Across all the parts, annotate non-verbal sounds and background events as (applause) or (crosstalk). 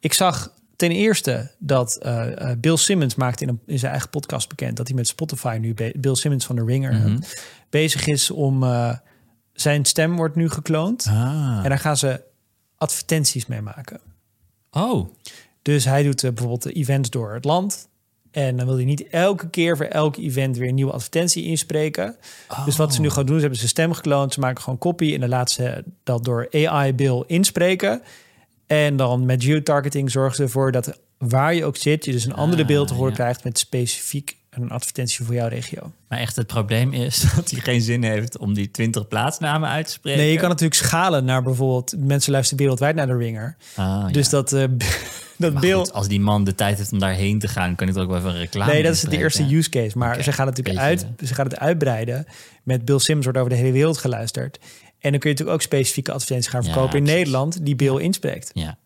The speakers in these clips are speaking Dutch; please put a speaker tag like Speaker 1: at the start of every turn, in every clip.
Speaker 1: Ik zag ten eerste dat eh, eh, Bill Simmons maakte in, een- in zijn eigen podcast bekend dat hij met Spotify nu, be- Bill Simmons van de Ringer, eh, bezig is om. eh, zijn stem wordt nu gekloond.
Speaker 2: Ah.
Speaker 1: En daar gaan ze advertenties mee maken.
Speaker 2: Oh,
Speaker 1: Dus hij doet eh, bijvoorbeeld de events door het land. En dan wil hij niet elke keer voor elk event weer een nieuwe advertentie inspreken. Dus wat
Speaker 2: Oh.
Speaker 1: ze nu gaan doen, ze hebben zijn stem gekloond. Ze maken gewoon copy en dan laten ze dat door AI Bill inspreken. En dan met geotargeting zorgen ze ervoor dat waar je ook zit... je dus een andere
Speaker 2: Ah,
Speaker 1: beeld te horen krijgt met specifiek een advertentie voor jouw regio.
Speaker 2: maar echt het probleem is (laughs) dat hij geen zin heeft om die 20 plaatsnamen uit te spreken.
Speaker 1: Nee, je kan natuurlijk schalen naar bijvoorbeeld... mensen luisteren wereldwijd naar de Ringer.
Speaker 2: Ah,
Speaker 1: dus
Speaker 2: ja.
Speaker 1: dat, eh, (laughs) dat
Speaker 2: Maar
Speaker 1: Bill...
Speaker 2: goed, als die man de tijd heeft om daarheen te gaan, kan hij er ook wel even een reclame
Speaker 1: Nee, dat is
Speaker 2: in
Speaker 1: de eerste
Speaker 2: spreken.
Speaker 1: use case. Maar
Speaker 2: Oké,
Speaker 1: ze, gaan het natuurlijk uit,
Speaker 2: beetje,
Speaker 1: ze gaan het uitbreiden. Met Bill Sims wordt over de hele wereld geluisterd. En dan kun je natuurlijk ook specifieke advertenties gaan
Speaker 2: Ja,
Speaker 1: verkopen in
Speaker 2: precies.
Speaker 1: Nederland die Bill inspreekt.
Speaker 2: Ja.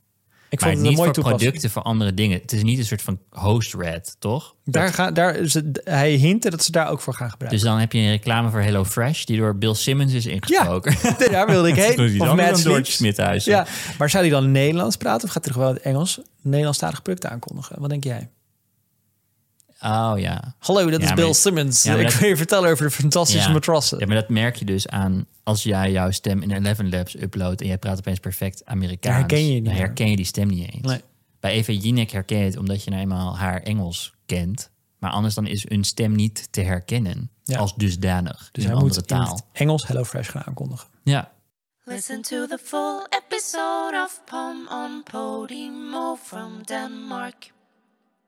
Speaker 1: Ik
Speaker 2: maar
Speaker 1: vond het
Speaker 2: niet
Speaker 1: een mooi
Speaker 2: voor
Speaker 1: toepassing.
Speaker 2: producten, voor andere dingen. Het is niet een soort van host red, toch?
Speaker 1: Daar gaan, daar, ze, hij hintte dat ze daar ook voor gaan gebruiken.
Speaker 2: Dus dan heb je een reclame voor HelloFresh die door Bill Simmons is ingesproken. (laughs)
Speaker 1: daar wilde (laughs) ik
Speaker 2: Doe die
Speaker 1: heen. Of
Speaker 2: dan
Speaker 1: Matt
Speaker 2: dan door
Speaker 1: Switch.
Speaker 2: Smithuis.
Speaker 1: Ja, maar zou hij dan Nederlands praten of gaat hij toch wel het Engels Nederlandstalig product aankondigen? Wat denk jij?
Speaker 2: Oh ja.
Speaker 1: Hallo, dat
Speaker 2: Ja,
Speaker 1: is
Speaker 2: maar
Speaker 1: Bill
Speaker 2: dat-
Speaker 1: Simmons.
Speaker 2: ja, maar
Speaker 1: ik
Speaker 2: dat-
Speaker 1: wil je vertellen over de fantastische
Speaker 2: ja.
Speaker 1: matrassen.
Speaker 2: Ja, maar dat merk je dus aan als jij jouw stem in Eleven Labs uploadt en jij praat opeens perfect Amerikaans.
Speaker 1: Dan herken je je niet
Speaker 2: dan
Speaker 1: meer.
Speaker 2: herken je die stem niet eens.
Speaker 1: Nee.
Speaker 2: Bij Eva Jinek herken je het omdat je nou eenmaal haar Engels kent. Maar anders dan is een stem niet te herkennen
Speaker 1: Ja.
Speaker 2: als dusdanig
Speaker 1: dus
Speaker 2: in
Speaker 1: hij
Speaker 2: een
Speaker 1: moet
Speaker 2: andere
Speaker 1: in
Speaker 2: taal.
Speaker 1: het Engels HelloFresh gaan aankondigen.
Speaker 2: Ja.
Speaker 3: Listen to the full episode of Pom on Podimo from Denmark.